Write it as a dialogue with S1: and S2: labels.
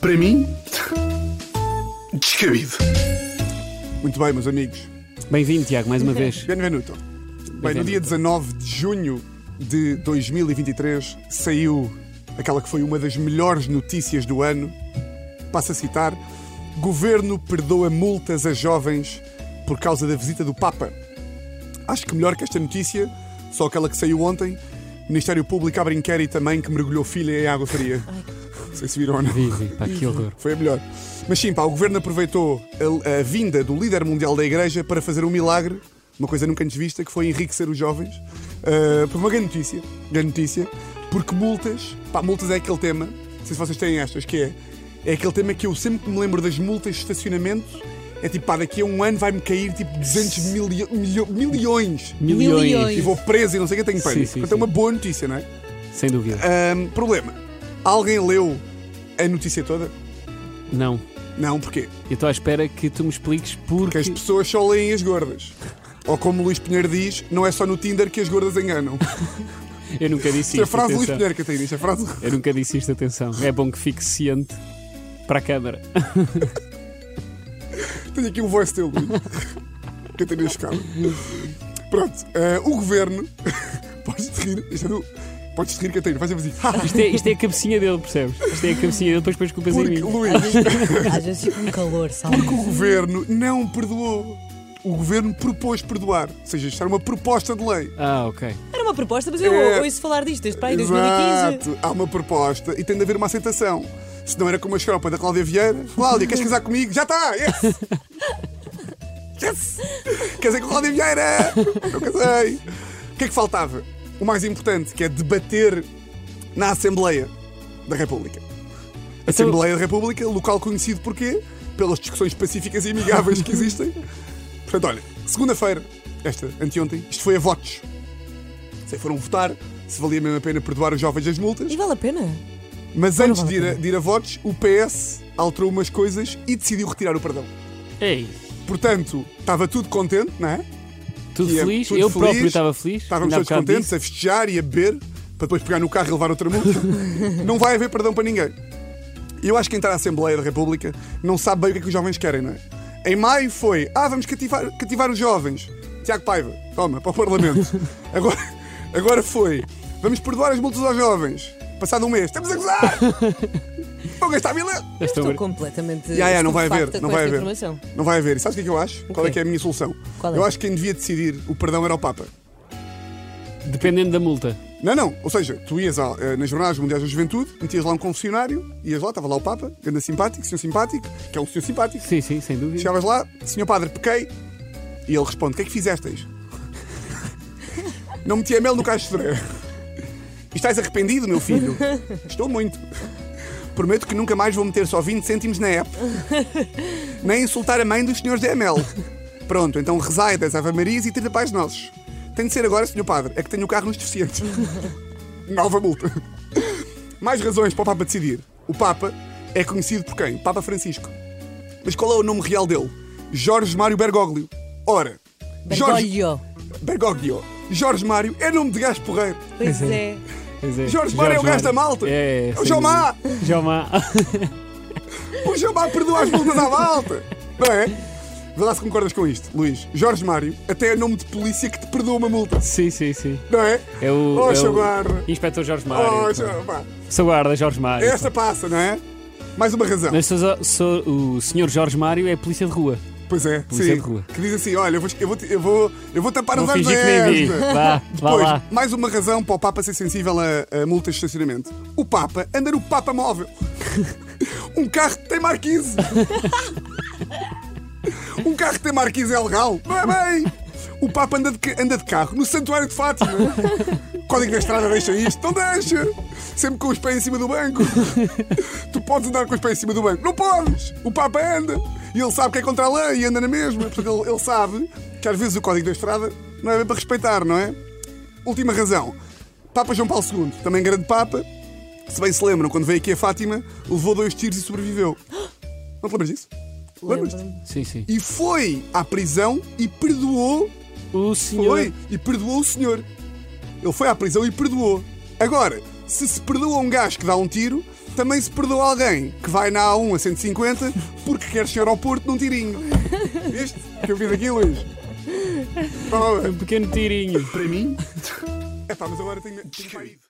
S1: para mim, descabido.
S2: Muito bem, meus amigos.
S3: Bem-vindo, Tiago, mais uma vez.
S2: Benvenuto. Bem, no dia 19 de junho de 2023 saiu aquela que foi uma das melhores notícias do ano. Passo a citar: Governo perdoa multas a jovens por causa da visita do Papa. Acho que melhor que esta notícia, só aquela que saiu ontem. Ministério Público abre inquérito também que mergulhou filha em água fria. Não sei se viram ou não.
S3: Vivi, pá, que horror.
S2: Foi a melhor. Mas sim, pá, o governo aproveitou a, a vinda do líder mundial da igreja para fazer um milagre, uma coisa nunca antes vista, que foi enriquecer os jovens. Uh, por uma grande notícia, grande notícia, porque multas, pá, multas é aquele tema, não sei se vocês têm estas, que é, é aquele tema que eu sempre que me lembro das multas de estacionamento, é tipo, pá, daqui a um ano vai-me cair tipo 200 milio- milio- milhões
S3: Milhões.
S2: e vou preso e não sei o que, tenho pânico.
S3: sim,
S2: Portanto,
S3: sim.
S2: é uma boa notícia, não é?
S3: Sem dúvida.
S2: Ahm, problema, alguém leu a notícia toda?
S3: Não.
S2: Não, porquê?
S3: Eu estou à espera que tu me expliques
S2: que
S3: porque.
S2: as pessoas só leem as gordas. Ou como o Luís Pinheiro diz, não é só no Tinder que as gordas enganam.
S3: Eu nunca
S2: Isto
S3: disse
S2: é
S3: isto.
S2: a frase do Luís
S3: atenção.
S2: Pinheiro, Catarina. Isto é a frase.
S3: Eu nunca disse isto, atenção. É bom que fique ciente para a câmara.
S2: Tenho aqui um voice dele, Luís. Catarina Escala. Pronto, eh, o governo. Podes-te rir. Isto é do... Podes-te rir, Catarina. Faz sempre assim.
S3: Isto é, isto é a cabecinha dele, percebes? Isto é a cabecinha dele, depois pões culpas em
S2: Porque,
S3: mim.
S2: Luís,
S3: assim.
S4: Às vezes fica um calor, sabe?
S2: porque o governo não perdoou. O governo propôs perdoar. Ou seja, isto era uma proposta de lei.
S3: Ah, ok.
S4: Era uma proposta, mas eu
S2: É.
S4: ouço falar disto desde para aí 2015.
S2: Exato. Há uma proposta e tem de haver uma aceitação. Se não era como a escropa da Cláudia Vieira. Cláudia, queres casar comigo? Já está! Yes! yes! Casei com a Cláudia Vieira! Eu casei! O que é que faltava? O mais importante, que é debater na Assembleia da República. Assembleia da República, local conhecido porquê? Pelas discussões pacíficas e amigáveis que existem. Portanto, olha, segunda-feira, esta, anteontem, isto foi a votos. Se foram votar, se valia mesmo a pena perdoar os jovens as multas.
S4: E vale a pena?
S2: Mas antes de ir,
S4: vale a
S2: a, de ir a votos, o PS alterou umas coisas e decidiu retirar o perdão.
S3: Ei,
S2: Portanto, estava tudo contente, não é?
S3: tudo
S2: Que é
S3: feliz?
S2: tudo
S3: eu
S2: feliz.
S3: próprio estava feliz.
S2: Estávamos
S3: ainda há
S2: todos
S3: bocado
S2: contentes
S3: disse.
S2: a festejar e a beber para depois pegar no carro e levar outra multa. não vai haver perdão para ninguém. Eu acho que quem está na Assembleia da República não sabe bem o que é que os jovens querem, não é? Em maio foi, ah, vamos cativar, cativar os jovens. Tiago Paiva, toma, para o Parlamento. Agora, agora foi, vamos perdoar as multas aos jovens. Passado um mês, estamos a gozar! Vão gastar mil euros!
S3: Esta
S4: Estou
S3: obra-
S4: completamente.
S2: Ya, ya, não vai
S4: estupefacta
S2: haver,
S4: com
S2: não vai
S4: esta
S2: haver.
S4: informação.
S2: Não vai haver. E sabes o que é que eu acho? Qual é
S4: quê?
S2: que é a minha solução?
S4: Qual é?
S2: Eu acho que quem devia decidir o perdão era o Papa.
S3: Dependendo da multa.
S2: Não, não. Ou seja, tu ias à, eh, nas Jornadas Mundiais da Juventude, metias lá um confessionário, ias lá, estava lá o Papa, ganda simpático, senhor simpático, que é um senhor simpático.
S3: Sim, sim, sem dúvida.
S2: Chegavas lá, senhor padre, pequei, e ele responde: O que é que fizesteis? não meti a mel no cacho de cereja. E Estás arrependido, meu filho? Estou muito. Prometo que nunca mais vou meter só 20 cêntimos na app. Nem insultar a mãe dos senhores da ML. Pronto, então rezai 10 Ave Marias e 30 Pais Nossos. Tem de ser agora, senhor padre. É que tenho o carro nos deficientes. Nova multa. Mais razões para o Papa decidir. O Papa é conhecido por quem? Papa Francisco. Mas qual é o nome real dele? Jorge Mário Bergoglio. Ora, Jorge
S4: Bergoglio.
S2: Bergoglio. Jorge Mário é nome de gajo porreiro.
S4: Pois é.
S3: Pois é.
S2: Jorge Mário é o gajo da
S3: Mário.
S2: malta.
S3: É,
S2: É o
S3: sem
S2: Jomá.
S3: dúvida. Jomá.
S2: O Jomá perdoa as multas à malta. Não é? Vê lá se concordas com isto, Luís. Jorge Mário até é nome de polícia que te perdoa uma multa.
S3: Sim, sim, sim.
S2: Não é?
S3: É o.
S2: Oh,
S3: é
S2: seu
S3: o
S2: guarda.
S3: Inspetor Jorge Mário.
S2: Oh, seu- pá.
S3: Seu guarda, Jorge Mário.
S2: Esta passa, não é? Mais uma razão.
S3: Mas sou- sou- o senhor Jorge Mário é polícia de rua.
S2: Pois é,
S3: Polícia
S2: sim.
S3: de rua.
S2: Que diz assim: olha, eu vou, eu vou, eu vou, eu vou tapar
S3: Vou
S2: os olhos
S3: fingir
S2: a
S3: que nem vi.
S2: esta.
S3: Vá, vá
S2: Depois,
S3: lá.
S2: mais uma razão para o Papa ser sensível a, a multas de estacionamento. O Papa anda no Papa móvel. um carro que tem marquise. um carro que tem marquise é legal. Não é bem. O Papa anda de, ca- anda de carro no Santuário de Fátima. O Código da Estrada deixa isto. Não deixa. Sempre com os pés em cima do banco. Tu podes andar com os pés em cima do banco. Não podes. O Papa anda. E ele sabe que é contra a lei e anda na mesma. Portanto, ele, ele sabe que às vezes o Código da Estrada não é bem para respeitar, não é? Última razão. Papa João Paulo II, também grande Papa. Se bem se lembram, quando veio aqui a Fátima, levou dois tiros e sobreviveu. Não te lembras disso? Lembras-te?
S4: Lembro-me.
S3: Sim, sim.
S2: E foi à prisão e perdoou.
S3: O senhor.
S2: Foi e perdoou o senhor. Ele foi à prisão e perdoou. Agora, se se perdoa um gajo que dá um tiro, Também se perdoa alguém que vai na A1 a 150 porque quer chegar ao Porto num tirinho. Viste? Que eu fiz aqui, Luís. Toma lá.
S3: Um pequeno tirinho.
S2: Para mim? É pá, mas agora tenho. tenho para ir.